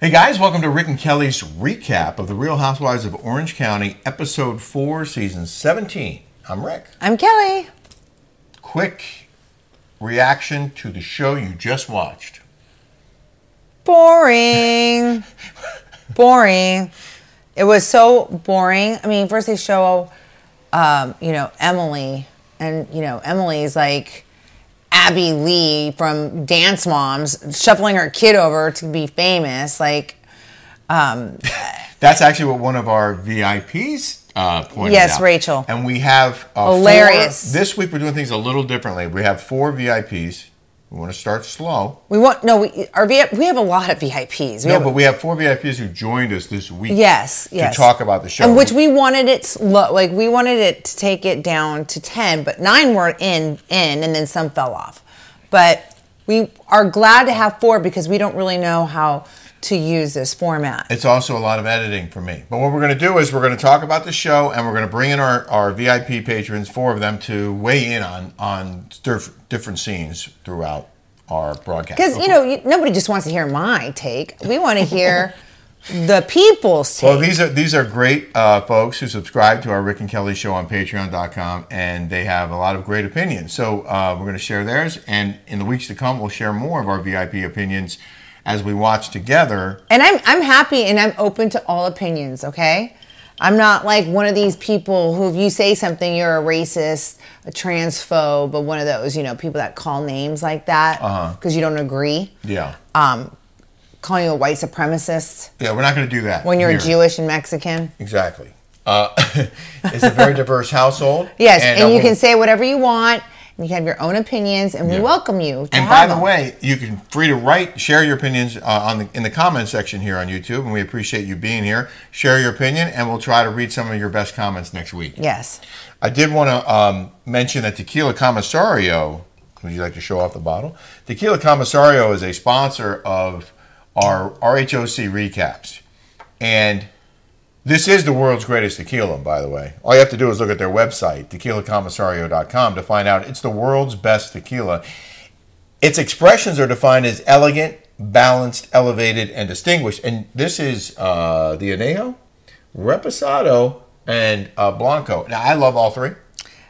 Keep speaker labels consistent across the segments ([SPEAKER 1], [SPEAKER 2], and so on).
[SPEAKER 1] Hey guys, welcome to Rick and Kelly's recap of The Real Housewives of Orange County, episode 4, season 17. I'm Rick.
[SPEAKER 2] I'm Kelly.
[SPEAKER 1] Quick reaction to the show you just watched.
[SPEAKER 2] Boring. boring. It was so boring. I mean, first they show, um, you know, Emily, and you know, Emily's like Abby Lee from Dance Moms shuffling her kid over to be famous. Like, um,
[SPEAKER 1] That's actually what one of our VIPs uh, pointed
[SPEAKER 2] Yes,
[SPEAKER 1] out.
[SPEAKER 2] Rachel.
[SPEAKER 1] And we have uh,
[SPEAKER 2] Hilarious.
[SPEAKER 1] four- this week we're doing things a little differently. We have four VIPs. We want to start slow.
[SPEAKER 2] we want no. We are we have a lot of VIPs. We
[SPEAKER 1] No,
[SPEAKER 2] have-
[SPEAKER 1] but we have four VIPs who joined us this week.
[SPEAKER 2] Yes,
[SPEAKER 1] to
[SPEAKER 2] yes.
[SPEAKER 1] talk about the show.
[SPEAKER 2] And which we wanted it slow, like we wanted it to take it down to ten, but nine were in, in, and then some fell off. But we are glad to have four because we don't really know how to use this format.
[SPEAKER 1] It's also a lot of editing for me. But what we're going to do is we're going to talk about the show and we're going to bring in our, our VIP patrons, four of them, to weigh in on on diff- different scenes throughout our broadcast.
[SPEAKER 2] Because you know, you, nobody just wants to hear my take. We want to hear the people's take.
[SPEAKER 1] Well, these are these are great uh, folks who subscribe to our Rick and Kelly show on Patreon.com, and they have a lot of great opinions. So uh, we're going to share theirs, and in the weeks to come, we'll share more of our VIP opinions as we watch together.
[SPEAKER 2] And I'm I'm happy and I'm open to all opinions, okay? I'm not like one of these people who if you say something you're a racist, a transphobe, but one of those, you know, people that call names like that
[SPEAKER 1] Uh-huh.
[SPEAKER 2] because you don't agree.
[SPEAKER 1] Yeah,
[SPEAKER 2] Um calling you a white supremacist
[SPEAKER 1] yeah, we're not going to do that
[SPEAKER 2] when you're
[SPEAKER 1] here.
[SPEAKER 2] Jewish and Mexican.
[SPEAKER 1] Exactly. Uh, it's a very diverse household.
[SPEAKER 2] Yes, and,
[SPEAKER 1] uh,
[SPEAKER 2] you
[SPEAKER 1] we'll-
[SPEAKER 2] can say whatever you want and you can have your own opinions and
[SPEAKER 1] Yeah.
[SPEAKER 2] we welcome you to
[SPEAKER 1] And
[SPEAKER 2] have
[SPEAKER 1] by the
[SPEAKER 2] them.
[SPEAKER 1] way, you can free to write, share your opinions uh, on the in the comment section here on YouTube, and we appreciate you being here. Share your opinion, and we'll try to read some of your best comments next week.
[SPEAKER 2] Yes.
[SPEAKER 1] I did want to um, mention that Tequila Commissario. Would you like to show off the bottle? Tequila Commissario is a sponsor of our RHOC recaps, and this is the world's greatest tequila. By the way, all you have to do is look at their website, tequilacommissario.com, to find out it's the world's best tequila. Its expressions are defined as elegant, balanced, elevated, and distinguished. And this is uh, the Anejo, Reposado, and uh, Blanco. Now, I love all three.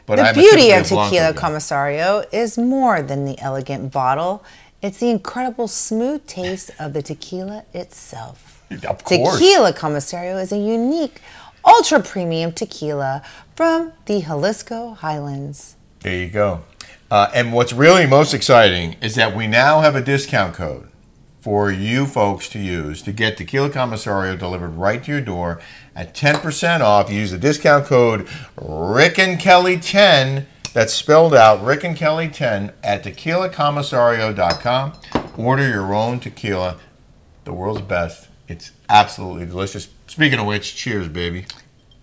[SPEAKER 1] But
[SPEAKER 2] The
[SPEAKER 1] I'm a
[SPEAKER 2] beauty
[SPEAKER 1] typically
[SPEAKER 2] of
[SPEAKER 1] a Blanco
[SPEAKER 2] Tequila
[SPEAKER 1] guy.
[SPEAKER 2] Commissario is more than the elegant bottle. It's the incredible smooth taste of the tequila itself.
[SPEAKER 1] Of course.
[SPEAKER 2] Tequila Commissario is a unique, ultra premium tequila from the Jalisco Highlands.
[SPEAKER 1] There you go. Uh, and what's really most exciting is that we now have a discount code for you folks to use to get Tequila Commissario delivered right to your door at 10% off. Use the discount code Rick and Kelly 10. That's spelled out Rick and Kelly 10 at tequilacommissario.com. Order your own tequila, the world's best. It's absolutely delicious. Speaking of which, cheers, baby.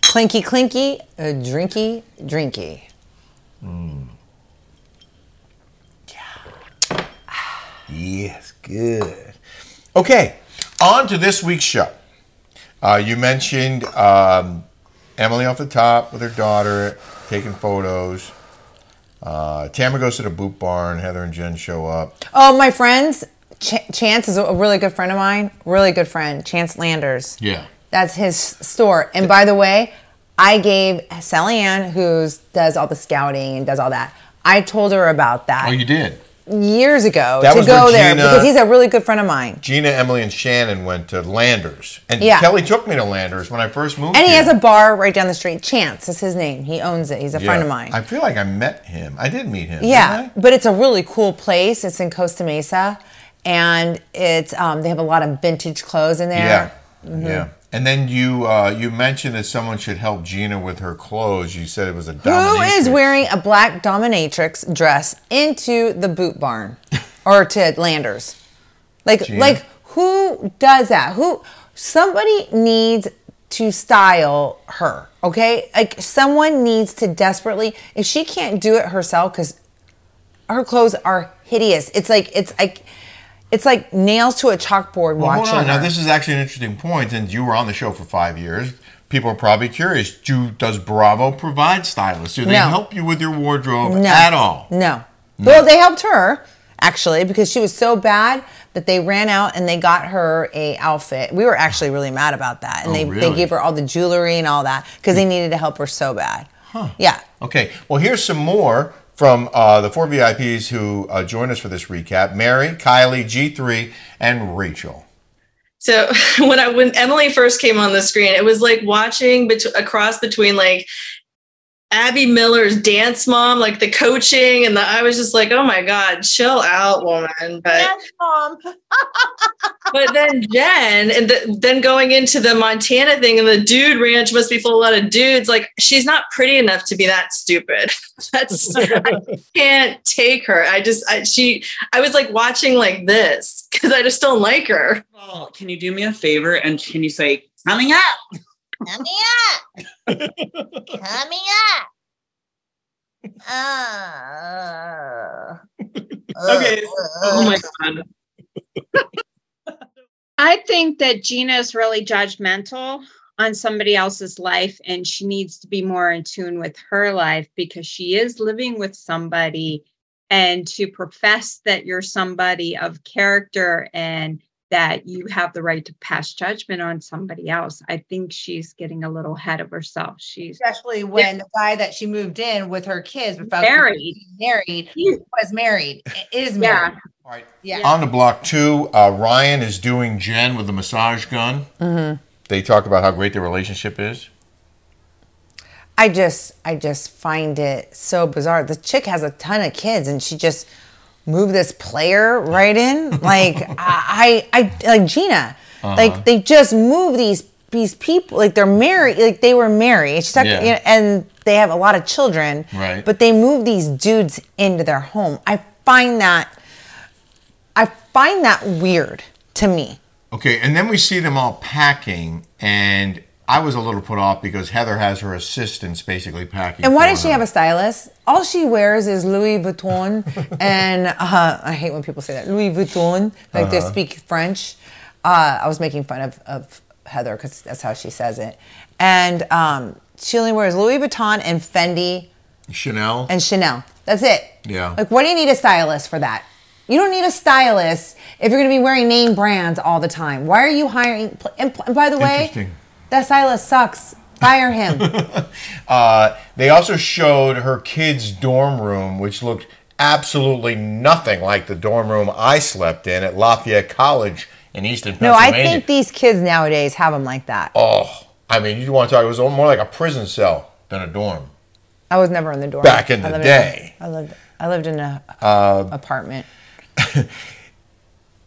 [SPEAKER 2] Clinky, clinky, uh, drinky, drinky.
[SPEAKER 1] Yes, good. Okay, on to this week's show. Uh, you mentioned um, Emily off the top with her daughter taking photos. Uh, Tamara goes to the boot barn. Heather and Jen show up.
[SPEAKER 2] Oh, my friends, Ch- Chance is a really good friend of mine, really good friend, Chance Landers.
[SPEAKER 1] Yeah.
[SPEAKER 2] That's his store. And by the way, I gave Sally Ann, who does all the scouting and does all that, I told her about that
[SPEAKER 1] Oh, you did.
[SPEAKER 2] years ago
[SPEAKER 1] That
[SPEAKER 2] to
[SPEAKER 1] was
[SPEAKER 2] go there
[SPEAKER 1] Regina-
[SPEAKER 2] because he's a really good friend of mine.
[SPEAKER 1] Gina, Emily, and Shannon went to Landers, and
[SPEAKER 2] Yeah.
[SPEAKER 1] Kelly took me to Landers when I first moved.
[SPEAKER 2] And he
[SPEAKER 1] here.
[SPEAKER 2] has a bar right down the street. Chance is his name. He owns it. He's a friend of
[SPEAKER 1] Yeah.
[SPEAKER 2] mine.
[SPEAKER 1] I feel like I met him. I did meet him. didn't
[SPEAKER 2] yeah,
[SPEAKER 1] I?
[SPEAKER 2] but it's a really cool place. It's in Costa Mesa, and it's um, they have a lot of vintage clothes in
[SPEAKER 1] Yeah.
[SPEAKER 2] there. Mm-hmm.
[SPEAKER 1] Yeah. And then you uh, you mentioned that someone should help Gina with her clothes. You said it was a
[SPEAKER 2] Who is
[SPEAKER 1] dominatrix.
[SPEAKER 2] wearing a black dominatrix dress into the boot barn or to Landers? Like
[SPEAKER 1] Gina?
[SPEAKER 2] like who does that? Who somebody needs to style her, okay? Like someone needs to desperately if she can't do it herself cuz her clothes are hideous. It's like it's like it's like nails to a chalkboard
[SPEAKER 1] Well,
[SPEAKER 2] watching.
[SPEAKER 1] Hold on. Now,
[SPEAKER 2] her.
[SPEAKER 1] this is actually an interesting point, and you were on the show for five years. People are probably curious. Do does Bravo provide stylists? Do they
[SPEAKER 2] No.
[SPEAKER 1] help you with your wardrobe at all?
[SPEAKER 2] No. Well, they helped her, actually because she was so bad that they ran out and they got her a outfit. We were actually really mad about that, and
[SPEAKER 1] Oh,
[SPEAKER 2] they
[SPEAKER 1] really? Mm.
[SPEAKER 2] they gave her all the jewelry and all that because they needed to help her so bad. Yeah.
[SPEAKER 1] Okay. Well, here's some more from uh, the four VIPs who uh, join us for this recap: Mary, Kylie, G3, and Rachel.
[SPEAKER 3] So when I when Emily first came on the screen, it was like watching bet- across between like Abby Miller's dance mom, like the coaching, and the I was just like, oh my god, chill out, woman. But
[SPEAKER 4] mom.
[SPEAKER 3] but then Jen, and th- then going into the Montana thing, and the dude ranch must be full of a lot of dudes. Like she's not pretty enough to be that stupid. That's I can't take her. I just I, she I was like watching like this because I just don't like her.
[SPEAKER 5] Well, can you do me a favor and can you say coming up?
[SPEAKER 4] Coming up. Coming up. Uh,
[SPEAKER 5] Okay.
[SPEAKER 3] Oh my god.
[SPEAKER 6] I think that Gina is really judgmental on somebody else's life and she needs to be more in tune with her life because she is living with somebody and to profess that you're somebody of character and that you have the right to pass judgment on somebody else. I think she's getting a little ahead of herself. She's
[SPEAKER 4] Especially when the guy that she moved in with her kids without
[SPEAKER 6] Married.
[SPEAKER 4] married
[SPEAKER 6] Yeah.
[SPEAKER 4] was married is
[SPEAKER 6] yeah.
[SPEAKER 4] married.
[SPEAKER 1] All right.
[SPEAKER 4] Yeah.
[SPEAKER 1] On to block two. Uh, Ryan is doing Jen with the massage gun.
[SPEAKER 2] Mm-hmm.
[SPEAKER 1] They talk about how great their relationship is.
[SPEAKER 2] I just I just find it so bizarre. This chick has a ton of kids and she just moved this player right in. Like I, I I like Gina.
[SPEAKER 1] Uh-huh.
[SPEAKER 2] Like they just move these these people like they're married like they were married. She's talking,
[SPEAKER 1] Yeah.
[SPEAKER 2] you know, and they have a lot of children.
[SPEAKER 1] Right.
[SPEAKER 2] But they move these dudes into their home. I find that I find that weird to me.
[SPEAKER 1] Okay, and then we see them all packing, and I was a little put off because Heather has her assistants basically packing.
[SPEAKER 2] And why
[SPEAKER 1] for
[SPEAKER 2] does she
[SPEAKER 1] her.
[SPEAKER 2] have a stylist? All she wears is Louis Vuitton, and uh, I hate when people say that Louis Vuitton, like they
[SPEAKER 1] Uh-huh.
[SPEAKER 2] speak French. Uh, I was making fun of, of Heather because that's how she says it, and um, she only wears Louis Vuitton and Fendi
[SPEAKER 1] Chanel?
[SPEAKER 2] and Chanel. That's it.
[SPEAKER 1] Yeah.
[SPEAKER 2] Like, what do you need a stylist for that? You don't need a stylist if you're going to be wearing name brands all the time. Why are you hiring? pl- And, pl- and by the way,
[SPEAKER 1] Interesting.
[SPEAKER 2] that stylist sucks. Fire him.
[SPEAKER 1] Uh, they also showed her kids' dorm room, which looked absolutely nothing like the dorm room I slept in at Lafayette College in Eastern
[SPEAKER 2] No, I
[SPEAKER 1] Pennsylvania.
[SPEAKER 2] think these kids nowadays have them like that.
[SPEAKER 1] Oh, I mean, you want to talk? It was more like a prison cell than a dorm.
[SPEAKER 2] I was never in the dorm.
[SPEAKER 1] Back in the
[SPEAKER 2] I lived
[SPEAKER 1] day. Uh,
[SPEAKER 2] I lived. I lived in a apartment.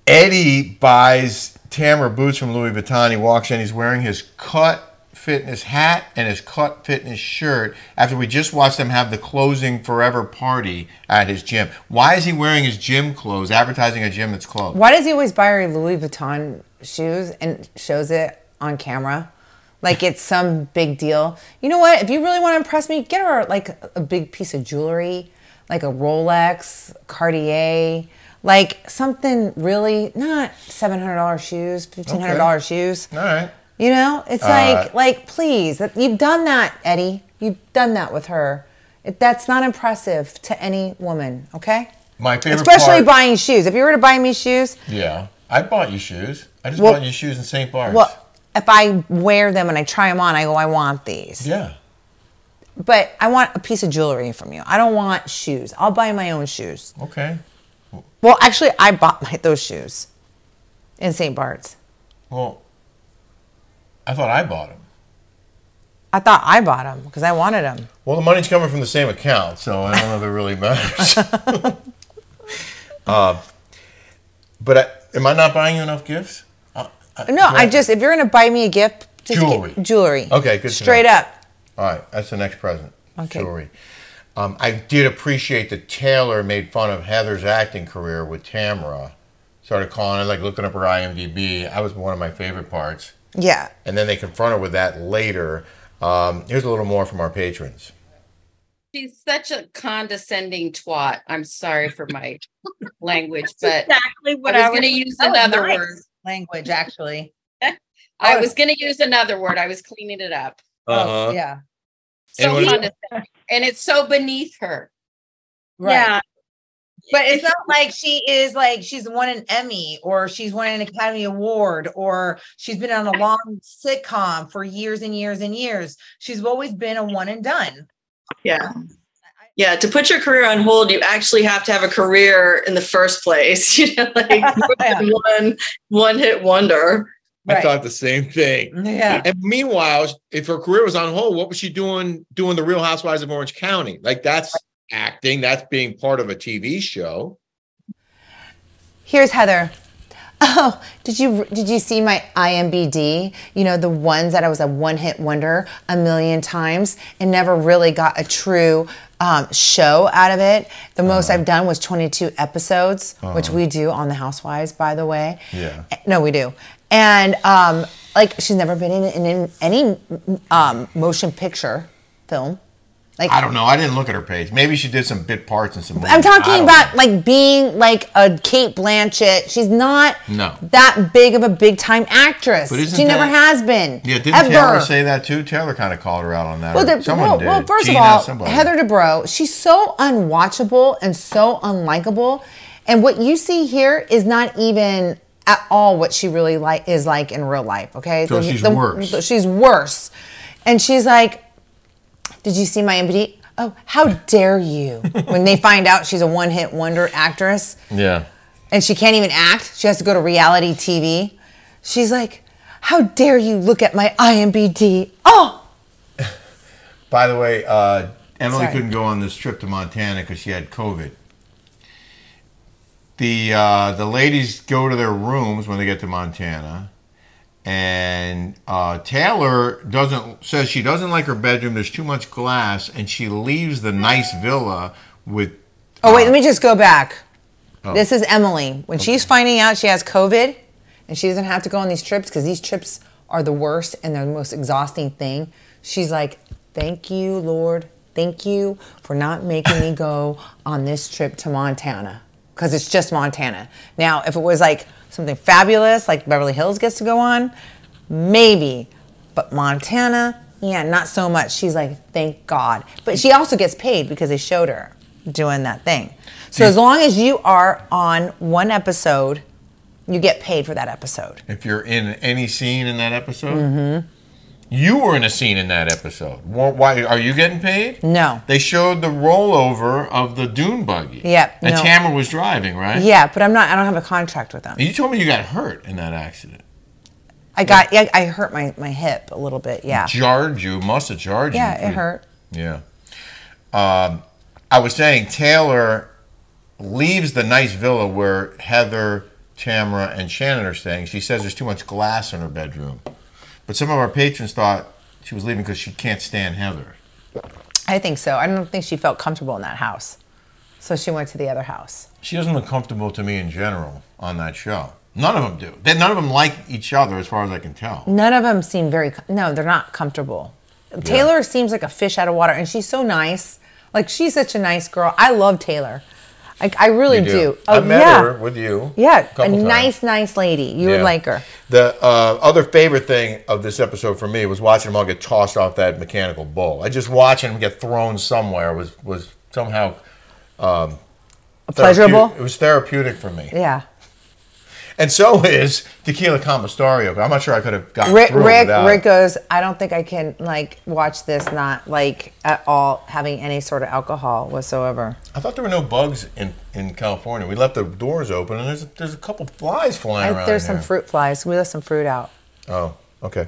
[SPEAKER 1] Eddie buys Tamara boots from Louis Vuitton. He walks in, he's wearing his cut fitness hat and his cut fitness shirt after we just watched them have the closing forever party at his gym. Why is he wearing his gym clothes, advertising a gym that's closed?
[SPEAKER 2] Why does he always buy her Louis Vuitton shoes and shows it on camera? Like it's some big deal. You know what? If you really want to impress me, get her like a big piece of jewelry, like a Rolex, Cartier, like something really not seven hundred dollars shoes, fifteen hundred dollars shoes.
[SPEAKER 1] All right.
[SPEAKER 2] You know, it's
[SPEAKER 1] Uh,
[SPEAKER 2] like, like, please, that- you've done that, Eddie. You've done that with her. It, that's not impressive to any woman, okay?
[SPEAKER 1] My favorite
[SPEAKER 2] Especially
[SPEAKER 1] part-
[SPEAKER 2] buying shoes. If you were to buy me shoes,
[SPEAKER 1] Yeah. I bought you shoes. I just
[SPEAKER 2] Well-
[SPEAKER 1] bought you shoes in St. Bart's.
[SPEAKER 2] well, if I wear them and I try them on, I go, I want these.
[SPEAKER 1] yeah.
[SPEAKER 2] But I want a piece of jewelry from you. I don't want shoes. I'll buy my own shoes.
[SPEAKER 1] Okay.
[SPEAKER 2] Well, actually, I bought my, those shoes in St. Bart's.
[SPEAKER 1] Well, I thought I bought them.
[SPEAKER 2] I thought I bought them because I wanted them.
[SPEAKER 1] Well, the money's coming from the same account, so I don't know if it really matters. uh, but I, am I not buying you enough gifts? Uh,
[SPEAKER 2] No, I just, if you're going to buy me a gift, just get-
[SPEAKER 1] Jewelry.
[SPEAKER 2] jewelry.
[SPEAKER 1] Okay, good to know.
[SPEAKER 2] Straight up.
[SPEAKER 1] All right, that's the next present.
[SPEAKER 2] Okay.
[SPEAKER 1] Jewelry. Um, I did appreciate that Taylor made fun of Heather's acting career with Tamara. Started calling her, like looking up her IMDb. That was one of my favorite parts.
[SPEAKER 2] Yeah.
[SPEAKER 1] And then they confront her with that later. Um, here's a little more from our patrons.
[SPEAKER 7] She's such a condescending twat. I'm sorry for my language, but
[SPEAKER 6] exactly what
[SPEAKER 7] I
[SPEAKER 6] I
[SPEAKER 7] was going to use
[SPEAKER 4] That was
[SPEAKER 7] another
[SPEAKER 4] nice
[SPEAKER 7] word.
[SPEAKER 4] Language, actually.
[SPEAKER 7] I
[SPEAKER 2] Oh.
[SPEAKER 7] was going to use another word. I was cleaning it up.
[SPEAKER 4] Oh, yeah.
[SPEAKER 7] So
[SPEAKER 1] Anyone-
[SPEAKER 7] condescending. And it's so beneath her.
[SPEAKER 4] Right.
[SPEAKER 6] Yeah.
[SPEAKER 4] But it's not like she is like she's won an Emmy or she's won an Academy Award or she's been on a long sitcom for years and years and years. She's always been a one and done.
[SPEAKER 3] Yeah. Yeah, to put your career on hold, you actually have to have a career in the first place. You know, like one one hit wonder.
[SPEAKER 1] I
[SPEAKER 4] Right.
[SPEAKER 1] thought the same thing.
[SPEAKER 4] Yeah.
[SPEAKER 1] And meanwhile, if her career was on hold, what was she doing doing the Real Housewives of Orange County? Like that's acting, that's being part of a TV show.
[SPEAKER 2] Here's Heather. Oh, did you did you see my IMBD? You know the ones that I was a one hit wonder a million times and never really got a true um, show out of it. The most I've done was 22 episodes, which we do on The Housewives, by the way.
[SPEAKER 1] Yeah.
[SPEAKER 2] Eh, No, we do. And um, like she's never been in, in, in any um, motion picture film. Like
[SPEAKER 1] I don't know. I didn't look at her page. Maybe she did some bit parts and some.
[SPEAKER 2] I'm
[SPEAKER 1] movies. I
[SPEAKER 2] talking
[SPEAKER 1] don't
[SPEAKER 2] about like being like a Kate Blanchett. She's not
[SPEAKER 1] No.
[SPEAKER 2] that big of a big time actress.
[SPEAKER 1] But isn't
[SPEAKER 2] she never
[SPEAKER 1] that-
[SPEAKER 2] has been.
[SPEAKER 1] Yeah, didn't
[SPEAKER 2] ever.
[SPEAKER 1] Taylor say that too? Taylor kind of called her out on that.
[SPEAKER 2] well,
[SPEAKER 1] or
[SPEAKER 2] the-
[SPEAKER 1] someone
[SPEAKER 2] well,
[SPEAKER 1] did.
[SPEAKER 2] well, first
[SPEAKER 1] Gina,
[SPEAKER 2] of all,
[SPEAKER 1] somebody.
[SPEAKER 2] Heather DeBro, she's so unwatchable and so unlikable. And what you see here is not even at all what she really like is like in real life. Okay,
[SPEAKER 1] So she's worse.
[SPEAKER 2] She's worse, and she's like did you see my MBD? Oh, how dare you? when they find out she's a one hit wonder actress
[SPEAKER 1] Yeah.
[SPEAKER 2] and she can't even act, she has to go to reality TV. She's like, how dare you look at my IMBD? Oh,
[SPEAKER 1] By the way, uh, Emily
[SPEAKER 2] Sorry.
[SPEAKER 1] couldn't go on this trip to Montana because she had COVID. The uh, the ladies go to their rooms when they get to Montana, and uh, Taylor doesn't says she doesn't like her bedroom. There's too much glass, and she leaves the nice villa with.
[SPEAKER 2] oh wait, let me just go back. This is Emily. When she's finding out she has COVID and she doesn't have to go on these trips because these trips are the worst and they're the most exhausting thing, she's like, thank you, Lord. Thank you for not making me go on this trip to Montana because it's just Montana. Now, if it was like something fabulous, like Beverly Hills gets to go on, maybe. But Montana, yeah, not so much. She's like, thank God. But she also gets paid because they showed her doing that thing. So as long as you are on one episode, you get paid for that episode.
[SPEAKER 1] If you're in any scene in that episode,
[SPEAKER 2] Mm-hmm.
[SPEAKER 1] you were in a scene in that episode. Why, why are you getting paid?
[SPEAKER 2] No.
[SPEAKER 1] They showed the rollover of the dune buggy.
[SPEAKER 2] Yep,
[SPEAKER 1] That
[SPEAKER 2] no.
[SPEAKER 1] Tamara was driving, right?
[SPEAKER 2] Yeah, but I'm not. I don't have a contract with them.
[SPEAKER 1] You told me you got hurt in that accident.
[SPEAKER 2] I got. Yeah, I hurt my my hip a little bit. Yeah.
[SPEAKER 1] Jarred you, must have jarred you.
[SPEAKER 2] Yeah, it
[SPEAKER 1] pretty-
[SPEAKER 2] hurt.
[SPEAKER 1] Yeah. Um, I was saying Taylor leaves the nice villa where Heather, Tamara, and Shannon are staying. She says there's too much glass in her bedroom. But some of our patrons thought she was leaving because she can't stand Heather.
[SPEAKER 2] I think so. I don't think she felt comfortable in that house, so she went to the other house.
[SPEAKER 1] She doesn't look comfortable to me in general on that show. None of them do. They, none of them like each other, as far as I can tell.
[SPEAKER 2] None of them seem very. co- No, they're not comfortable. Taylor seems like a fish out of water, and she's so nice. Like she's such a nice girl. I love Taylor. Like I really do. Oh,
[SPEAKER 1] I met
[SPEAKER 2] yeah.
[SPEAKER 1] her with you.
[SPEAKER 2] Yeah, a,
[SPEAKER 1] couple times.
[SPEAKER 2] nice, nice lady. You would
[SPEAKER 1] Yeah.
[SPEAKER 2] like her.
[SPEAKER 1] The uh, other favorite thing of this episode for me was watching them all get tossed off that mechanical bull. I just watching them get thrown somewhere was was somehow um,
[SPEAKER 2] Pleasurable?
[SPEAKER 1] therapeu- It was therapeutic for me,
[SPEAKER 2] Yeah.
[SPEAKER 1] and so is Tequila Comestario. But I'm not sure I could have gotten
[SPEAKER 2] Rick,
[SPEAKER 1] through
[SPEAKER 2] Rick,
[SPEAKER 1] without.
[SPEAKER 2] Rick goes. I don't think I can like watch this. Not like at all having any sort of alcohol whatsoever.
[SPEAKER 1] I thought there were no bugs in, in California. We left the doors open, and there's there's a couple flies flying
[SPEAKER 2] I,
[SPEAKER 1] around.
[SPEAKER 2] there's
[SPEAKER 1] in
[SPEAKER 2] some
[SPEAKER 1] here.
[SPEAKER 2] fruit flies. We left some fruit out.
[SPEAKER 1] Oh, okay.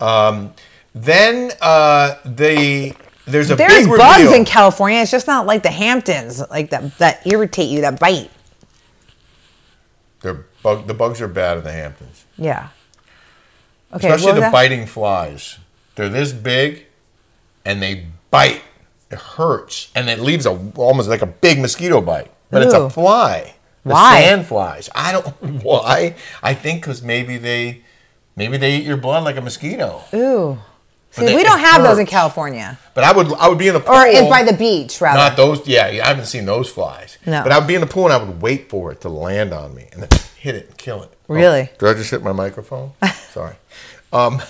[SPEAKER 1] Um, then uh, the there's a
[SPEAKER 2] There's
[SPEAKER 1] big
[SPEAKER 2] bugs
[SPEAKER 1] reveal.
[SPEAKER 2] in California. It's just not like the Hamptons, like that that irritate you, that bite.
[SPEAKER 1] They're bug, the bugs are bad in the Hamptons,
[SPEAKER 2] Yeah. Okay.
[SPEAKER 1] especially
[SPEAKER 2] what was
[SPEAKER 1] the
[SPEAKER 2] that?
[SPEAKER 1] biting flies. They're this big, and they bite. It hurts, and it leaves a almost like a big mosquito bite, but it's a
[SPEAKER 2] Ooh.
[SPEAKER 1] fly. The
[SPEAKER 2] Why?
[SPEAKER 1] Sand flies. I don't why. I think because maybe they, maybe they eat your blood like a mosquito.
[SPEAKER 2] Ooh. See,
[SPEAKER 1] they-
[SPEAKER 2] we don't
[SPEAKER 1] it
[SPEAKER 2] have those in
[SPEAKER 1] hurts.
[SPEAKER 2] California,
[SPEAKER 1] But I would, I would be in the pool.
[SPEAKER 2] or in, by the beach rather.
[SPEAKER 1] Not those. Yeah, yeah, I haven't seen those flies.
[SPEAKER 2] No.
[SPEAKER 1] But I'd be in the pool and I would wait for it to land on me and then hit it and kill it. Oh,
[SPEAKER 2] Really?
[SPEAKER 1] did I just hit my microphone? Sorry. Um,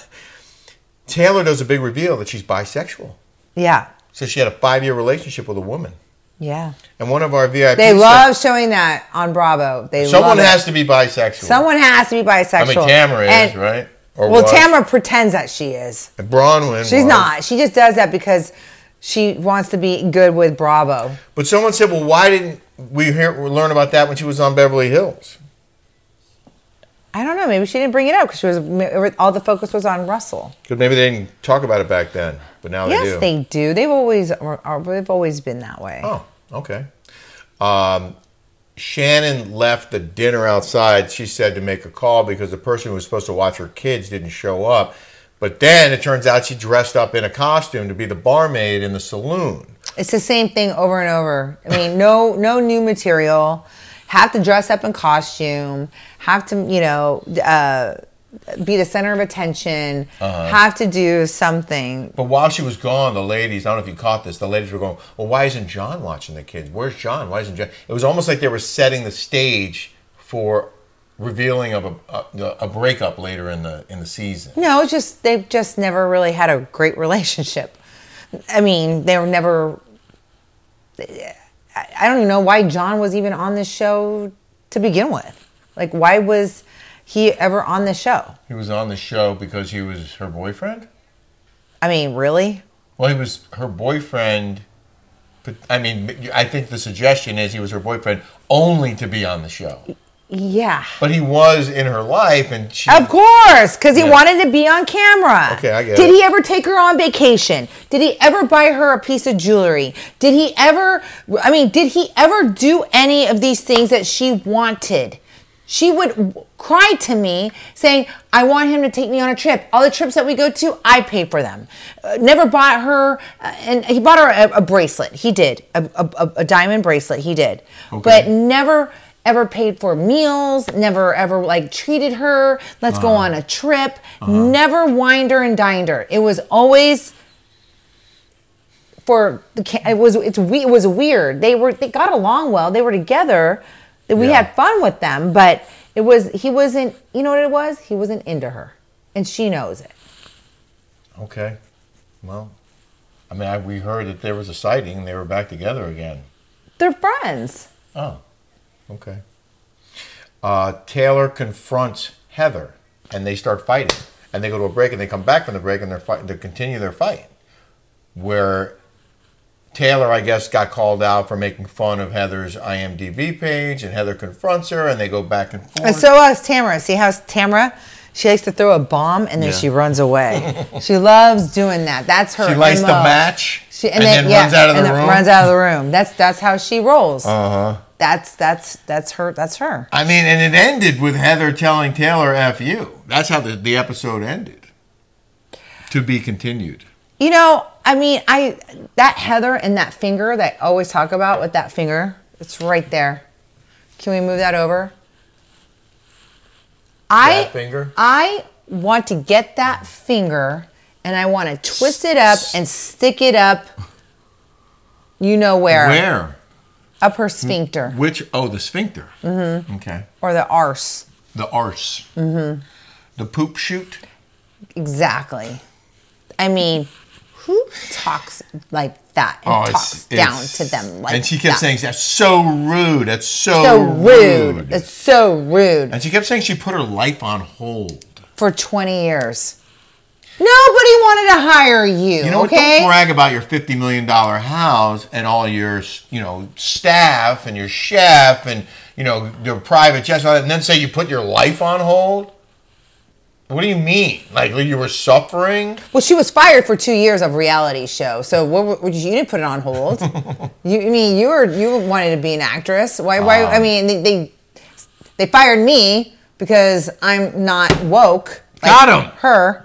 [SPEAKER 1] Taylor does a big reveal that she's bisexual.
[SPEAKER 2] yeah.
[SPEAKER 1] So she had a five year relationship with a woman.
[SPEAKER 2] Yeah.
[SPEAKER 1] And one of our VIP.
[SPEAKER 2] They
[SPEAKER 1] said-
[SPEAKER 2] love showing that on Bravo. They
[SPEAKER 1] Someone
[SPEAKER 2] love it.
[SPEAKER 1] has to be bisexual.
[SPEAKER 2] Someone has to be
[SPEAKER 1] I
[SPEAKER 2] bisexual.
[SPEAKER 1] mean, Tamara is
[SPEAKER 2] And-
[SPEAKER 1] right. Or
[SPEAKER 2] Well,
[SPEAKER 1] was.
[SPEAKER 2] Tamara pretends that she is.
[SPEAKER 1] And Bronwyn. was.
[SPEAKER 2] She's not. She just does that because she wants to be good with Bravo.
[SPEAKER 1] But someone said, "Well, why didn't we hear learn about that when she was on Beverly Hills?"
[SPEAKER 2] I don't know. Maybe she didn't bring it up because she was all the focus was on Russell.
[SPEAKER 1] Because maybe they didn't talk about it back then, but now
[SPEAKER 2] yes,
[SPEAKER 1] they do.
[SPEAKER 2] they do. They've always are, are- they've always been that way.
[SPEAKER 1] Oh, okay. Um, Shannon left the dinner outside. She said to make a call because the person who was supposed to watch her kids didn't show up. But then it turns out she dressed up in a costume to be the barmaid in the saloon.
[SPEAKER 2] It's the same thing over and over. I mean, no no new material. Have to dress up in costume. Have to you know uh, be the center of attention. Have to do something.
[SPEAKER 1] But while she was gone, the ladies, I don't know if you caught this, the ladies were going, Well, why isn't John watching the kids? Where's John? Why isn't John? It was almost like they were setting the stage for revealing of a, a, a breakup later in the in the season.
[SPEAKER 2] No, it's just they've just never really had a great relationship. I mean, they were never. I I don't even know why John was even on this show to begin with. Like, why was he ever on this show?
[SPEAKER 1] He was on the show because he was her boyfriend?
[SPEAKER 2] I mean, really?
[SPEAKER 1] Well, he was her boyfriend. But I mean, I think the suggestion is he was her boyfriend only to be on the show.
[SPEAKER 2] Yeah.
[SPEAKER 1] But he was in her life, and she.
[SPEAKER 2] Of course, because he
[SPEAKER 1] Yeah.
[SPEAKER 2] wanted to be on camera.
[SPEAKER 1] Okay, I get
[SPEAKER 2] Did
[SPEAKER 1] it.
[SPEAKER 2] he ever take her on vacation? Did he ever buy her a piece of jewelry? Did he ever, I mean, did he ever do any of these things that she wanted? She would w- cry to me saying, I want him to take me on a trip. All the trips that we go to, I pay for them. Uh, never bought her, uh, and he bought her a, a bracelet. He did, a, a- a- a diamond bracelet. He did. But never ever paid for meals, never ever like treated her, let's go on a trip,
[SPEAKER 1] Uh-huh.
[SPEAKER 2] never wined her and dined her. It was always for the ca- it was it's we it was weird. They were they got along well. They were together. We
[SPEAKER 1] Yeah.
[SPEAKER 2] had fun with them, but it was he wasn't, you know what it was? He wasn't into her. And she knows it.
[SPEAKER 1] Okay. Well, I mean, I, we heard that there was a sighting, and they were back together again.
[SPEAKER 2] They're friends.
[SPEAKER 1] Oh, okay. Uh, Taylor confronts Heather, and they start fighting. And they go to a break, and they come back from the break, and they're fight- they continue their fight. Where Taylor, I guess, got called out for making fun of Heather's IMDb page, and Heather confronts her, and they go back and forth.
[SPEAKER 2] And so us Tamara. See how Tamara she likes to throw a bomb and then
[SPEAKER 1] Yeah.
[SPEAKER 2] she runs away. she loves doing that. That's her.
[SPEAKER 1] she lights the
[SPEAKER 2] MO.
[SPEAKER 1] match,
[SPEAKER 2] She,
[SPEAKER 1] and, then, runs out of the
[SPEAKER 2] and then
[SPEAKER 1] room.
[SPEAKER 2] Runs out of the room. That's that's how she rolls.
[SPEAKER 1] Uh huh.
[SPEAKER 2] That's that's that's her. That's her.
[SPEAKER 1] I mean, and it ended with Heather telling Taylor "f you." That's how the, the episode ended. To be continued.
[SPEAKER 2] You know, I mean, I that Heather and that finger that I always talk about with that finger. It's right there. Can we move that over? I
[SPEAKER 1] That finger?
[SPEAKER 2] I want to get that finger and I want to twist it up and stick it up. You know where?
[SPEAKER 1] Where?
[SPEAKER 2] Up her sphincter
[SPEAKER 1] Which? Oh, the sphincter. Mm-hmm. Okay.
[SPEAKER 2] or the arse.
[SPEAKER 1] The arse. Mm-hmm. The poop shoot.
[SPEAKER 2] Exactly. I mean, who talks like that and talks down to them like
[SPEAKER 1] Oh, and she kept
[SPEAKER 2] that?
[SPEAKER 1] saying, "That's so rude. That's so,
[SPEAKER 2] so rude. It's so rude
[SPEAKER 1] and she kept saying she put her life on hold.
[SPEAKER 2] for 20 years. Nobody wanted to hire you,
[SPEAKER 1] You know, what?
[SPEAKER 2] okay?
[SPEAKER 1] don't brag about your fifty million dollar house and all your, you know, staff and your chef and you know your private jets and all that, and then say you put your life on hold. What do you mean? Like you were suffering?
[SPEAKER 2] Well, she was fired for two years of reality show. So what, were- what you didn't put it on hold. you I mean you were you wanted to be an actress? Why? Why?
[SPEAKER 1] Um.
[SPEAKER 2] I mean they, they they fired me because I'm not woke.
[SPEAKER 1] Got 'em.
[SPEAKER 2] Her,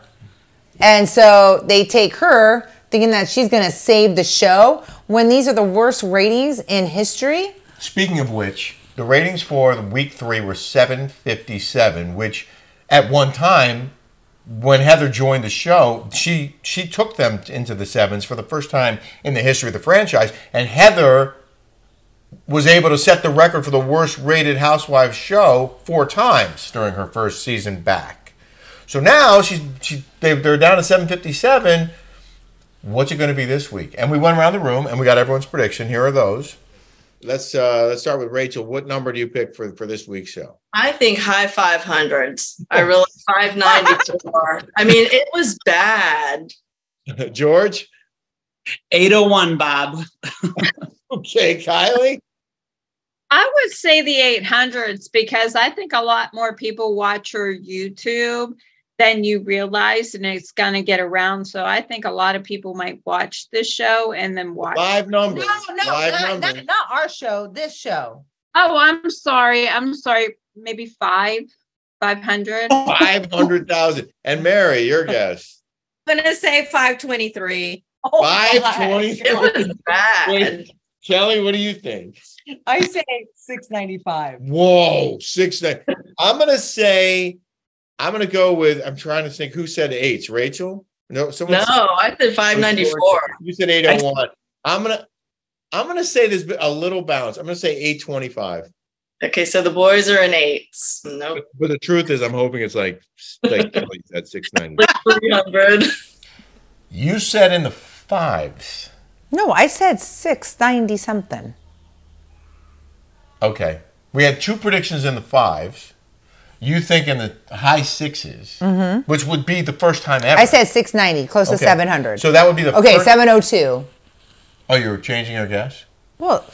[SPEAKER 2] and so they take her thinking that she's gonna save the show when these are the worst ratings in history.
[SPEAKER 1] Speaking of which, the ratings for the week three were 757, which at one time, when Heather joined the show, she she took them into the sevens for the first time in the history of the franchise, and Heather was able to set the record for the worst rated housewives show four times during her first season back. So now she's she they, they're down to 757. What's it going to be this week? And we went around the room and we got everyone's prediction. Here are those. Let's uh let's start with Rachel. What number do you pick for for this week's show?
[SPEAKER 3] I think high 500s. I really 594. I mean, it was bad.
[SPEAKER 1] George?
[SPEAKER 5] 801, Bob.
[SPEAKER 1] Okay, Kylie.
[SPEAKER 6] I would say the 800s because I think a lot more people watch your YouTube than you realize, and it's going to get around. So I think a lot of people might watch this show and then watch.
[SPEAKER 1] Live numbers.
[SPEAKER 4] No, no, uh,
[SPEAKER 1] Live
[SPEAKER 4] not,
[SPEAKER 1] numbers.
[SPEAKER 4] not, not our show, this show.
[SPEAKER 6] Oh, I'm sorry. I'm sorry. Maybe five, 500.
[SPEAKER 1] Five hundred thousand. And Mary, your guess.
[SPEAKER 7] I'm gonna say 523.
[SPEAKER 4] Oh,
[SPEAKER 1] Five
[SPEAKER 4] God.
[SPEAKER 3] It
[SPEAKER 1] twenty.
[SPEAKER 3] was bad.
[SPEAKER 1] Kelly, what do you think?
[SPEAKER 4] I say 695.
[SPEAKER 1] Whoa, six nine. I'm gonna say, I'm gonna go with. I'm trying to think. Who said eights? Rachel? No, someone.
[SPEAKER 3] No,
[SPEAKER 1] said-
[SPEAKER 3] I said 594.
[SPEAKER 1] You said eight oh one. I'm gonna. I'm gonna say there's been a little bounce. I'm gonna say eight twenty five.
[SPEAKER 3] Okay, so the boys are in eights. Nope.
[SPEAKER 1] But the truth is, I'm hoping it's like like Kelly said six ninety.
[SPEAKER 3] 300.
[SPEAKER 1] You said in the fives.
[SPEAKER 2] No, I said 690 something.
[SPEAKER 1] Okay, we had two predictions in the fives. You think in the high 6s which would be the first time ever.
[SPEAKER 2] Mm-hmm. I said 690, close to
[SPEAKER 1] Okay.
[SPEAKER 2] 700.
[SPEAKER 1] So that would be the
[SPEAKER 2] okay,
[SPEAKER 1] first-
[SPEAKER 2] 702.
[SPEAKER 1] Oh, you were changing your guess.
[SPEAKER 2] Well,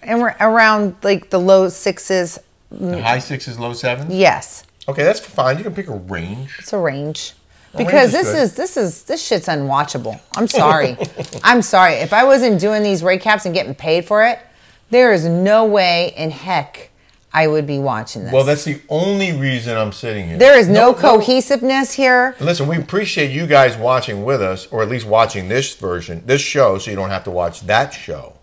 [SPEAKER 2] and we're around like the low sixes. Mm.
[SPEAKER 1] The high sixes, low sevens.
[SPEAKER 2] Yes,
[SPEAKER 1] Okay, that's fine. You can pick a range.
[SPEAKER 2] it's a range.
[SPEAKER 1] range is
[SPEAKER 2] Because this
[SPEAKER 1] good.
[SPEAKER 2] is this is this shit's unwatchable. I'm sorry. I'm sorry. If I wasn't doing these recaps and getting paid for it, there is no way in heck I would be watching this.
[SPEAKER 1] Well, that's the only reason I'm sitting here.
[SPEAKER 2] there is no, cohesiveness here.
[SPEAKER 1] Listen, we appreciate you guys watching with us, or at least watching this version, this show, so you don't have to watch that show.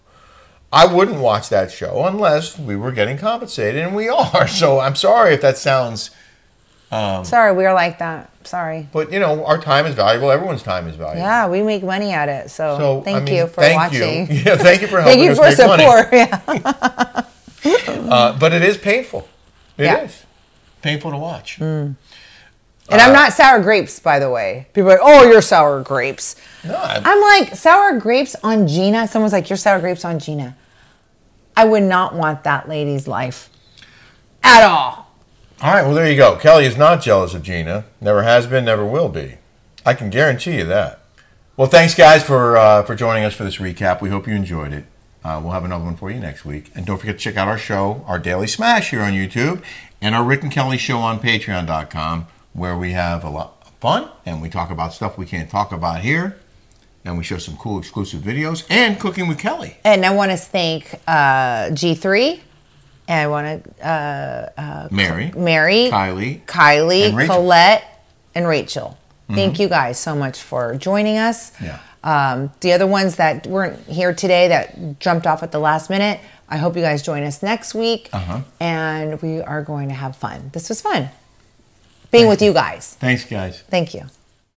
[SPEAKER 1] I wouldn't watch that show unless we were getting compensated, and we are. So I'm sorry if that sounds,
[SPEAKER 2] Sorry, we are like that. Sorry.
[SPEAKER 1] but you know, our time is valuable. Everyone's time is valuable.
[SPEAKER 2] Yeah, we make money at it. So,
[SPEAKER 1] So I
[SPEAKER 2] thank
[SPEAKER 1] mean,
[SPEAKER 2] you for
[SPEAKER 1] thank you.
[SPEAKER 2] watching.
[SPEAKER 1] Yeah, thank you for helping
[SPEAKER 2] Thank you
[SPEAKER 1] us
[SPEAKER 2] for
[SPEAKER 1] make money.
[SPEAKER 2] support. Yeah.
[SPEAKER 1] Uh, but it is painful. It is
[SPEAKER 2] Yeah. Mm.
[SPEAKER 1] painful to watch.
[SPEAKER 2] And
[SPEAKER 1] Uh,
[SPEAKER 2] I'm not sour grapes, by the way. People are like, oh, you're sour grapes.
[SPEAKER 1] No, I-
[SPEAKER 2] I'm like, sour grapes on Gina? Someone's like, you're sour grapes on Gina. I would not want that lady's life at all.
[SPEAKER 1] All right, well, there you go. Kelly is not jealous of Gina. Never has been, never will be. I can guarantee you that. Well, thanks, guys, for, uh, for joining us for this recap. We hope you enjoyed it. Uh, we'll have another one for you next week. And don't forget to check out our show, our Daily Smash here on YouTube, and our Rick and Kelly show on patreon.com, where we have a lot of fun and we talk about stuff we can't talk about here. And we show some cool exclusive videos and cooking with Kelly.
[SPEAKER 2] And I want to thank uh, G3. And I want to uh,
[SPEAKER 1] Mary,
[SPEAKER 2] Mary,
[SPEAKER 1] Kylie,
[SPEAKER 2] Kylie,
[SPEAKER 1] And Rachel.
[SPEAKER 2] Colette, and Rachel. Thank you guys so much for joining us.
[SPEAKER 1] Yeah.
[SPEAKER 2] Um, the other ones that weren't here today that jumped off at the last minute, I hope you guys join us next week. Uh-huh. And we are going to have fun. This was fun being with you guys.
[SPEAKER 1] Thanks, guys.
[SPEAKER 2] Thank you.